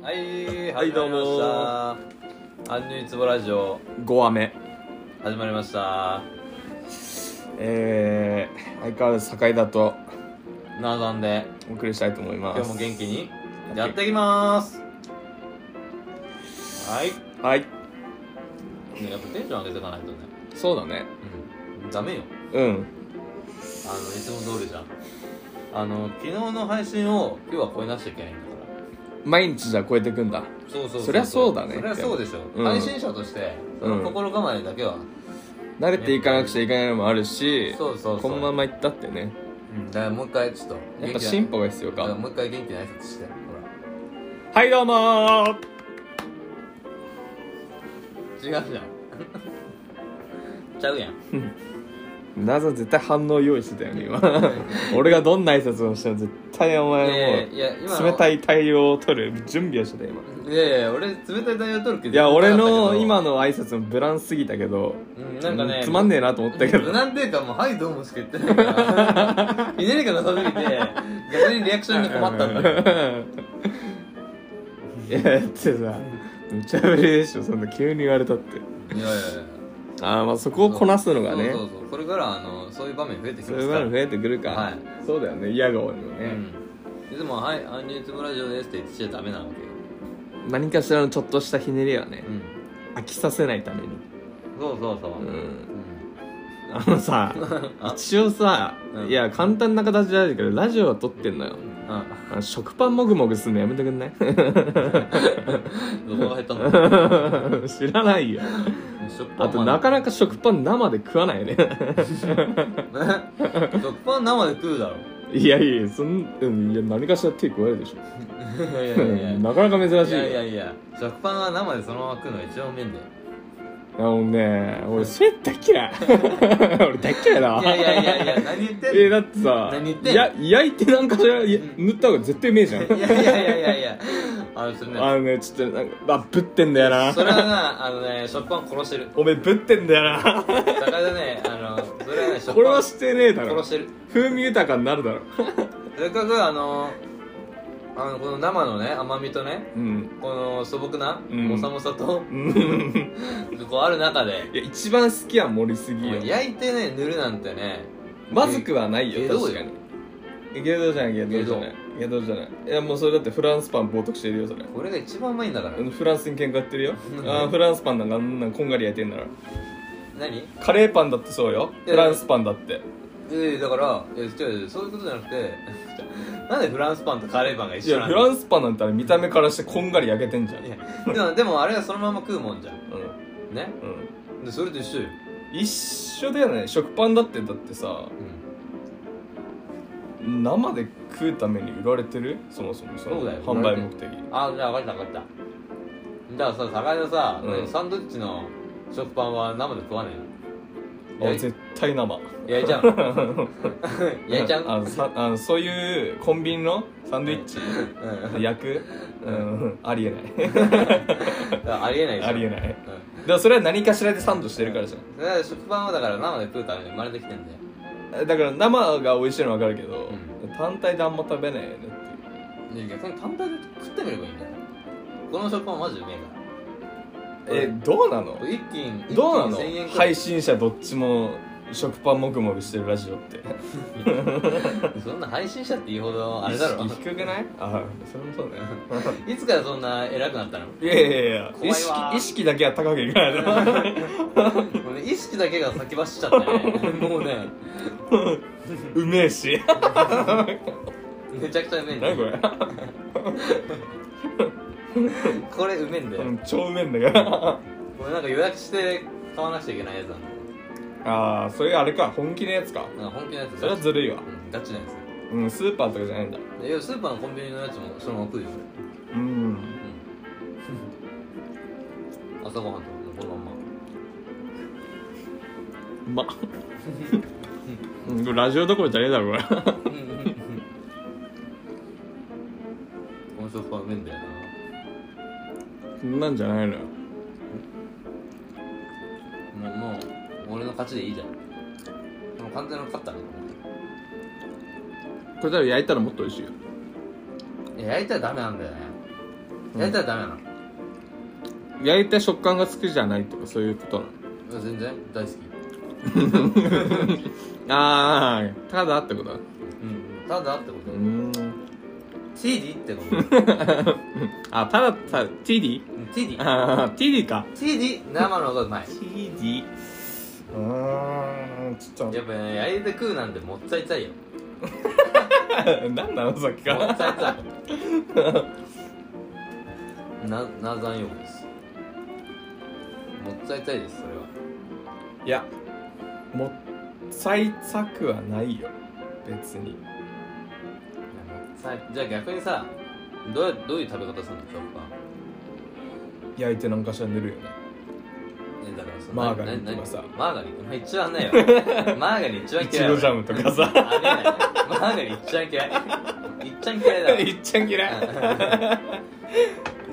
はいどうもアンニュイツボラジオ5話目始まりましたえー、相変わらず堺田となだんでお送りしたいと思います今日も元気にやっていきますはいはいねやっぱテンション上げていかないとねそうだねうんダメようんあのいつも通りじゃんあの昨日の配信を今日は超えなくちゃいけないんだから毎日じゃ超えてくんだそうそううそりゃそうだねそりゃそうでしょ、うん配信者としてその心構えだけは、慣れていかなくちゃいけないのもあるしそうそうそうこのままいったってねうんだからもう一回ちょっとやっ元ぱ気な進歩が必要だからかもう一回元気な挨拶してほらはいどうもー違うじゃんちゃうやんなぜ絶対反応用意してたよね 今俺がどんな挨拶をしても絶対おいや前いやいやも今うの冷たい対応を取る準備をしてた今いやいや俺冷たい対応取るけどいや俺の今のの挨拶もブランすぎたけどなんかねつまんねえなと思ったけどなんていうかもう「はいどうも」しか言ってないからひねりがなさすぎて逆にリアクションに困ったんだよ いやだってさ無茶ぶりでしょそんな急に言われたっていやいやいやああまあそこをこなすのがそうそねそうそうこれからあのそういう場面増えてきうまいすうからの増えてくるか、はいそうだよね嫌顔にもうね、んいつも「はいアンニューツブラジオです」って言ってちゃダメなわけよ何かしらのちょっとしたひねりはねうん飽きさせないためにそうそうそうううんんあ のさあ一応さ、うんいや簡単な形じゃないけどラジオは撮ってんのよあ あの食パンもぐもぐすんのやめてくんない どこが減ったの知らないよ食パンあとなかなか食パン生で食わないよねね食パン生で食うだろいやいやそん、うん、いや何かしら手加えるでしょいやいやいやなかなか珍しいいよやいやいや食パンは生でそのまま食うのが一番うめえんだよあのね俺それ大っ嫌い 俺大っ嫌いだわいやいやいやいや何言ってんのえだってさ何言ってんのや焼いてなんかしらいやうん塗った方が絶対うめえじゃんいやいやいやいやいやあのそれねあのねちょっとなんかあぶってんだよなそれはなあのね食パン殺してるおめえぶってんだよな高田ねあのそれはね食これパはンしてねえだろ殺してる風味豊かになるだろせっかくあのあのこの生のね甘みとねうんこの素朴なうんもさもさとうんこうある中でいや一番好きは盛りすぎよ焼いてね塗るなんてねまずくはないえよ確かにゲドじゃないゲドゲじドゃないゲドじゃないいやもうそれだってフランスパン冒涜してるよそれこれが一番うまいんだからフランスに喧嘩売ってるよあーフランスパンなんかあんなんこんがり焼いてんなら何カレーパンだってそうよいフやランスパンだってええだからいや違う違うそういうことじゃなくて なんでフランスパンとカレーパンがい一緒やなフのランスパンなんてあれ見た目からしてこんがり焼けてんじゃんいやでもでもあれはそのまま食うもんじゃんうんねうんでそれと一緒よ、一緒だよね食パンだってだってさうん、生で食うために売られてるそもそもそのそうだよ販売目的ああじゃあ分かった分かっただからさ高井のさ、うんサンドイッチの食パンは生で食わねえのあ焼い絶対生焼いちゃうの 焼いちゃうあののさあのそういうコンビニのサンドイッチうん焼く、うん、ありえないありえないでしょありえないだかうんらそれは何かしらでサンドしてるからじゃんだから食パンはだから生で食うために生まれてきてんだよだから生が美味しいの分かるけど、う単体であんま食べないよねっていうで逆に単体で食ってみればいいんだよこの食パンマジうめえからえどうなのこれ一斤一どうな斤1000円くのらい配信者どっちも食パンもぐもぐしてるラジオって そんな配信者って言うほどあれだろ 意識低くないあそれもそうだ よいつからそんな偉くなったのいやいやいや怖い意わ識意識だけは高くいかないもだろうね意識だけが先走っちゃってね もうねうめえしめちゃくちゃうめえんだ何よここれれうめえんだよ、うん超うめえんだけどこれなんか予約して買わなくちゃいけないやつなんだよああそれあれか本気のやつかなんか本気のやつそれはずるいわうんガチなやつうんスーパーとかじゃないんだいやスーパーのコンビニのやつもそのまま食うよう俺んうん朝ごはんとかもこのまんまうまっうんこれラジオどころじゃねえだろこれこの食パンうめえんだよなそんなんじゃないのよもうもう俺の勝ちでいいじゃんもう完全な勝ったねこれ多分焼いたらもっと美味しいよいや焼いたらダメなんだよね焼いたらダメなの、焼いた食感が好きじゃないとかそういうことなの全然大好きああただってことうんただってことうんティーディってことあただたティディうんティーディあーティディかティーディ生の方がうまいティディうーんちょっやっぱね焼いて食うなんてもったい たいよもと何なのさっきかっらたいたいななざんようですもったいたいですそれはいやもったいたくはないよ別にさじゃあ逆にさどうやどういう食べ方するの食パン焼いてなんかしら塗るよねねだからそのマーガリンとかさななマーガリンまあ一番 ねよマーガリン一番いち嫌いごジャムムとかさあれやねマーガリン一番 嫌い一番嫌いだわいっちゃん 嫌い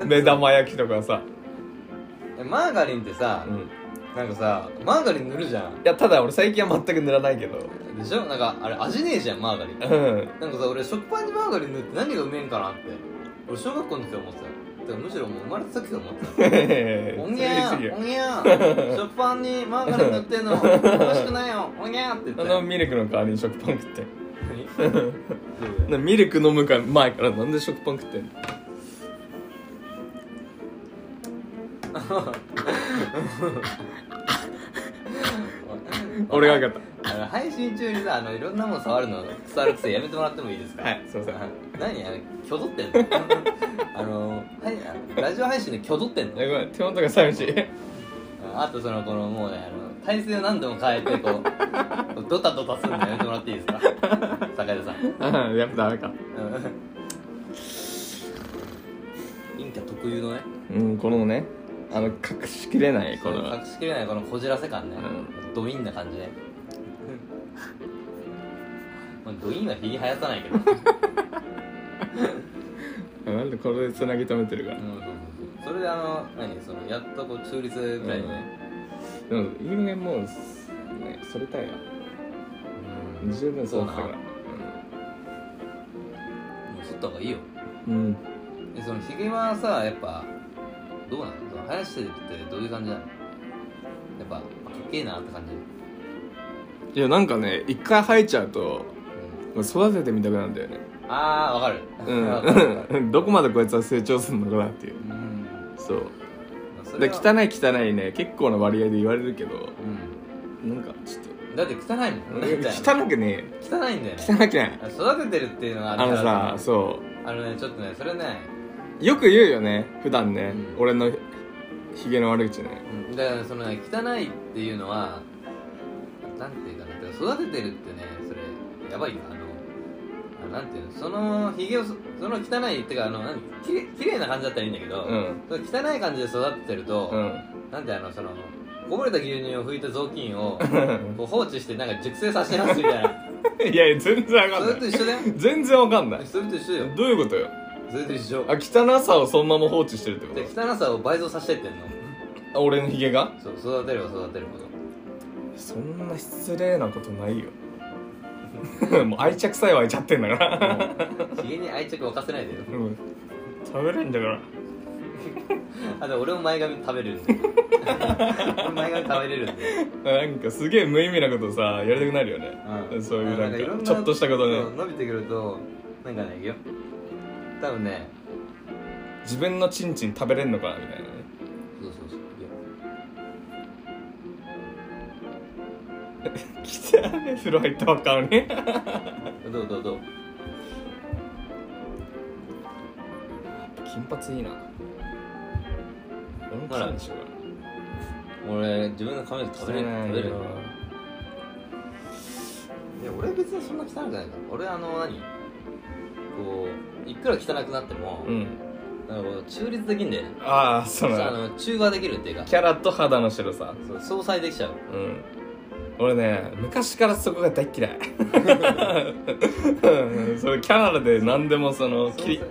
目玉焼きとかさ、えマーガリンってさ、うん、いなんかさマーガリン塗るじゃんやただ俺最近は全く塗らないけどでしょなんかあれ味ねえじゃんマーガリンうんなんかさ俺食パンにマーガリン塗って何がうめえんかなって俺小学校の時から思ってたよだからむしろもう生まれた時から思ってたおおにゃぎーおにゃー食パンにマーガリン塗ってんのおかしくないよおにゃーって言 っあたのよミルクの代わりに食パン食って何そうだよなミルク飲むか前からなんで食パン食ってんの 俺が分かっあの配信中にさあのいろんなもの触るの伝わる癖やめてもらってもいいですかはいすいません何あれ挙動ってんのあの はいあのラジオ配信で挙動ってんたいのやごめん手元が寂しい あとそのこのもうねあの体勢を何度も変えて こうドタドタするのやめてもらっていいですか坂出さんうんやっぱダメかインキャ特有のねうんこのねあの隠しきれないこの隠しきれないこのこじらせ感ね、ドインな感じ ね、まあ、ドインはひげ生やさ ないけどなんでこれでつなぎ止めてるかうらんそうそうそうそれであの何そのやっとこう中立ぐらいでね、でもいいねもうねそれたいようん十分そうだったかそうらもう剃った方がいいようんでそのひげはさやっぱどうなのその生やしてるってどういう感じなのやっぱかっけえなって感じ、いやなんかね一回生えちゃうと育ててみたくなるんだよねああわかるわかる わかうるんどこまでこいつは成長するのかなっていううんそうまあそれはで汚い汚いね結構な割合で言われるけどうんなんかちょっとだって汚いもんだって 汚くね汚いんだよね汚くない育ててるっていうのがあのさねそあのねちょっとねそれねうよく言うよね普段ね、うん俺のひげの悪口ねうんだからそのね汚いっていうのはなんていうかなだから育ててるってねそれやばいよあのあなんていうのそのひげをそその汚いっていうかあのなんきれきれいな感じだったらいいんだけど、うんその汚い感じで育ててると、うんなんてあのそのこぼれた牛乳を拭いた雑巾をこう放置してなんか熟成させてますみたいな いやいや全然わそれとかんない一緒だよ全然わかんないそれと一緒よどういうことよそれと一緒あ汚さをそのまま放置してるってでこ汚さを倍増させてってんのと俺のひげがそう育てれば育てるほどそんな失礼なことないよ もう愛着さえ湧いちゃってんだからひげに愛着を沸かせないでようん食べれんだからあでも俺も前髪食べれるん で俺も前髪食べれるんで、なんかすげえ無意味なことさやりたくなるよね、そういうなんかちょっとしたことそうね伸びてくるとなんかねよ多分ね自分のチンチン食べれんのかなみたいなねそうそうそういや汚い風呂入ったばっかのにどうどうどう金髪いいな俺も金にしよう俺自分の髪の毛食かべれなる食べれるいや俺は別にそんな汚くないから俺あの何こういくら汚くなっても、うんなんかこう中立できんだよねあああそうなのの中和できるっていうかキャラと肌の白さそう相殺できちゃううん俺ね昔からそこが大 嫌いうんそれキャラで何でもその切りうん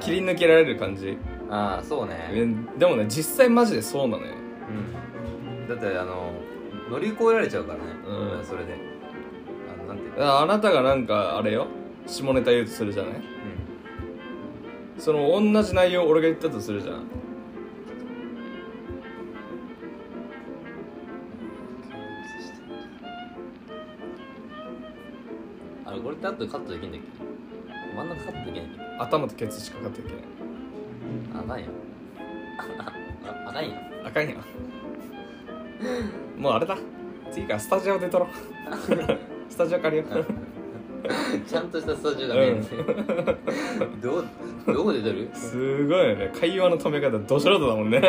切り抜けられる感じああそうね、えでもね実際マジでそうなのようんだってあの乗り越えられちゃうからね、うんそれであのなんていうか、ああなたがなんかあれよ下ネタ言うとするじゃないその同じ内容を俺が言ったとするじゃんあれこれって後でカットできんだっけ真ん中カットできないっけ頭とケツしかかっていけないあかんやん あああかんや んあかんやんもうあれだ次からスタジオで撮ろ うスタジオ借りようちゃんとしたスタジオだね、どうどこで撮るすごいよね会話の止め方ど素人だも んね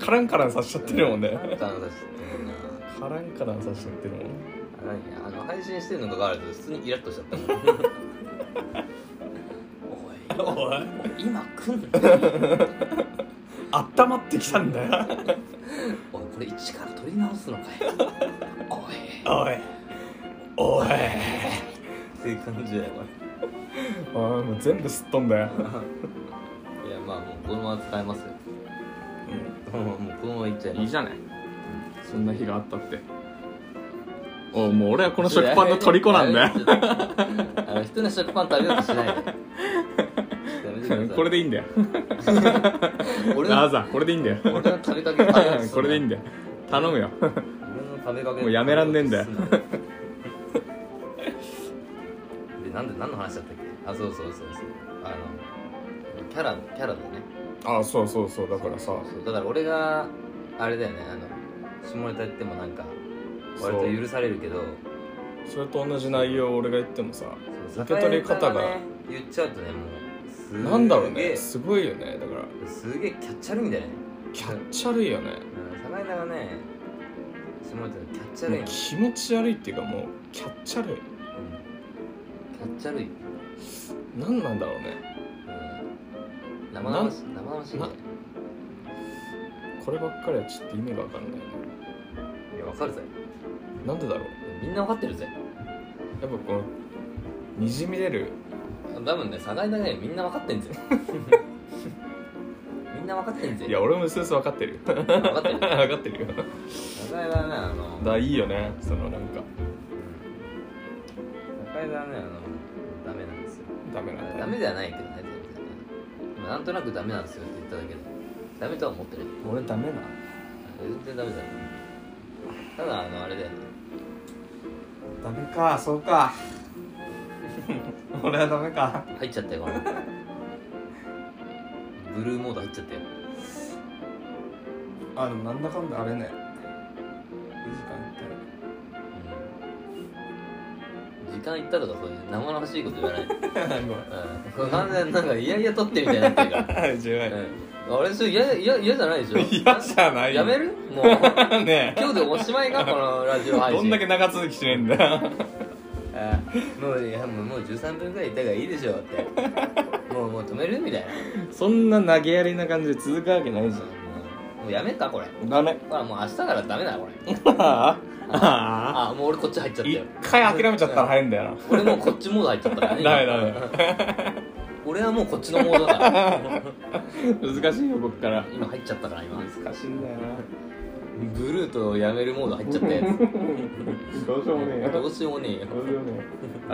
カランカランさしちゃってるもんねあんたの話知ってるなカランカランさしちゃってるもんあかんやんあの配信してるのかかわらず普通にイラッとしちゃ ったもんおいおい今来んのあったまってきたんだよおいこれ一から撮り直すのかよおいおいおいっていう感じだよこれあーもう全部すっとんだよ、いやまあもうこのまま使えますよもうもうこのままいっちゃいますじゃないそんな日があったっておうもう俺はこの食パンの虜なんだよよあの人の食パン食べようとしないでやめてくださいこれでいいんだよ俺ラーのザこれでいいんだよ俺の食べかけ食べようとすんなこれでいいんだよ頼むよ俺の食べかけもうやめらんねえんだよ食べようとすんなでなんで何の話だったっけあそうそうそうそうあのキャラキャラだねああそうそうそうだからさそうだから俺があれだよねあの下ネタ言ってもなんか割そうと許されるけどそれと同じ内容を俺が言ってもさそう受け取り方が酒屋さんね言っちゃうとねもうすーげーなんだろうねすごいよねだからすげえキャッチャルみたいだねキャッチャルいよねうん酒井田がね下ネタでキャッチャルもいうの気持ち悪いっていうかもうキャッチャルいうんキャッチャルい、うん、何なんだろうね生々し生々しいねこればっかりはちょっと意味が分かんないないやわかるぜなんでだろうみんなわかってるぜやっぱこのにじみ出る多分ね酒井田がねみんなわか ってんぜみんなわかってんぜいや俺もうすうす分かってる 分分かってるかってるよだか酒井田はねあのらいいよねそのなんか高井田はねあのダメなんですよダメなんだダメではないけどね全然ねまあなんとなくダメなんですよって言っただけでダメとは思ってる俺ダメな全然ダメだよただあのあれだよねダメかそうか 俺はダメか入っちゃったよこれブルーモード入っちゃったよあでもなんだかんだあれねいい時間いったら時間いったらとかそういう生々しいこと言わない、うん、 ごこれ完全になんか嫌々撮ってるみたいになってるかめん。十ら、うん、あれそれ嫌嫌嫌じゃないでしょ嫌じゃないよやめるもうねえ。今日でおしまいかこのラジオ配信どんだけ長続きしねえんだよ。あもういやもうもう13分ぐらいいたからいいでしょってもうもう止めるみたいな そんな投げやりな感じで続くわけないもうもうやめたこれん。ダメ。 ほらもう明日からダメだこれああ。あもう俺こっち入っちゃった一よ回諦めちゃったら早いんだよ俺もうこっちモード入っちゃったからな。ねダメ今ダ俺はもうこっちのモードだからメ。難しいよ、僕から。今入っちゃったから今難しいんだよな。ブルーとやめるモード入っちゃったやどうしようもねつどうしようもねえようしようもねえ。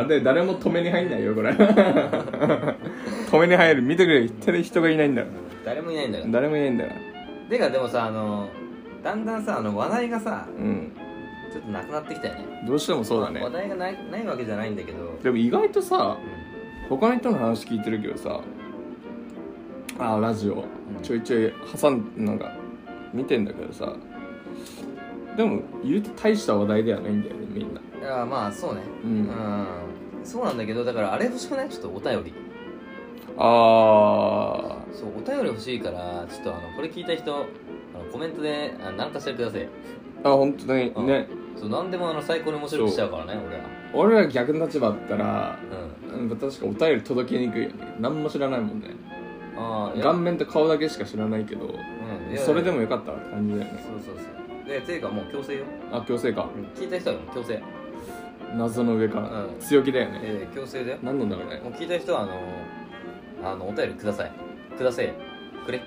あで誰も止めに入んないよこ れ止めに入る見てくれ一人人がいないんだよ誰もいないんだから誰もいないんだよてかでもさあのだんだんさあの話題がさうんちょっとなくなってきたよねどうしてもそうだねまあ話題がないないわけじゃないんだけど、うんでも意外とさ他の人の話聞いてるけどさあーラジオちょいちょい挟んなんか見てんだけどさでも言うと大した話題ではないんだよねみんなだからまあそうねう、うんあんそうなんだけどだからあれ欲しくないちょっとお便りあそうお便り欲しいからちょっとあのこれ聞いた人あのコメントであ何かしらくださいーあ本当にねそう何でもあの最高に面白くしちゃうからね俺は俺ら逆の立場だったらうんうん確かお便り届けにくいよね何も知らないもんねああいや顔面と顔だけしか知らないけどうんいやそれでもよかったわって感じだよねそうそうそうでていうかもう強制よあ強制か聞いた人は強制謎の上からうん強気だよねえー、強制だよ何なんだろうねもう聞いた人はあのあのお便りくださいくださいく れ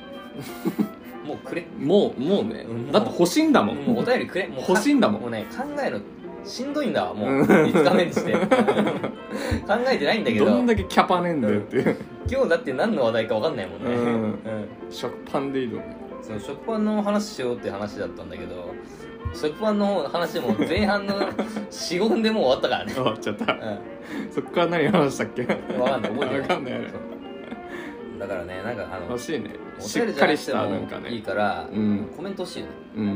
もうくれもうもうねうんだって欲しいんだもんもうお便りくれもう欲しいんだもんもうね考えるのしんどいんだわもううん5日目にして 考えてないんだけどどんだけキャパねえんだよっていう今日だって何の話題か分かんないもんね、うんうん食パンでいいと思うその食パンの話しようって話だったんだけど食パンの方の話も前半の45でもう終わったからね終わっちゃったうそっから何話したっけん分かんない覚えてないわかんないあれそうだからねなんかあの欲しいねおししゃっれじゃかなりくしてたなんかもいいねから、うんコメント欲しいよね、うんうん、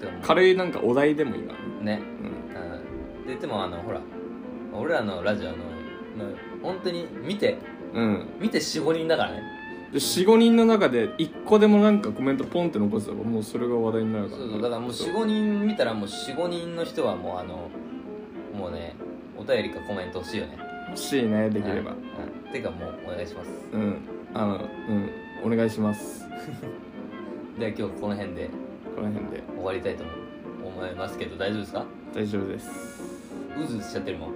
でも軽いなんかお題でもいいなねうんうんで言ってもあのほら俺らのラジオのの本当に見てうん見て45人だからねで45人の中で1個でもなんかコメントポンって残ってたらもうそれが話題になるそかうらそうだからもうそ45人見たらもう45人の人はもうあのもうねお便りかコメント欲しいよね欲しいねできれば、うんうんてかもうお願いしますうんあのうんお願いしますでは今日この辺でこの辺で終わりたいと思いますけど大丈夫ですか大丈夫ですうずうずしちゃってるもんも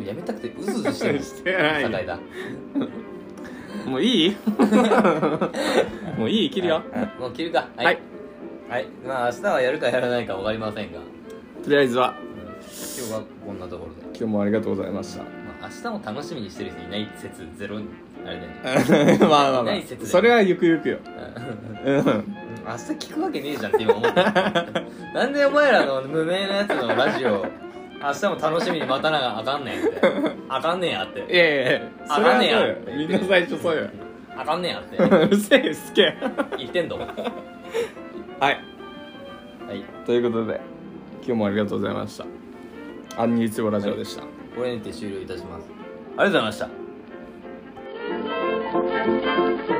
うやめたくてうずうずしてる してない酒井だもう いいもういい切るよもう切るかはい、はい、まあ明日はやるかやらないか分かりませんが、とりあえずうはん今日はこんなところで、今日もありがとうございましたまあ、明日も楽しみにしてる人いない説ゼロあれだよね まあまあまあない説でそれはゆくゆくようんうん明日聞くわけねえじゃんって今思った なんでお前らの無名なやつのラジオ明日も楽しみに待たながあかんねんってあかんねんやっいてやいやいやあそれかんはねそうやよみんな最初そうよあかんねんやって うるせえすけ言ってんのははいいということで今日もありがとうございましたアンニーツボラジオでした、これにて終了いたしますありがとうございました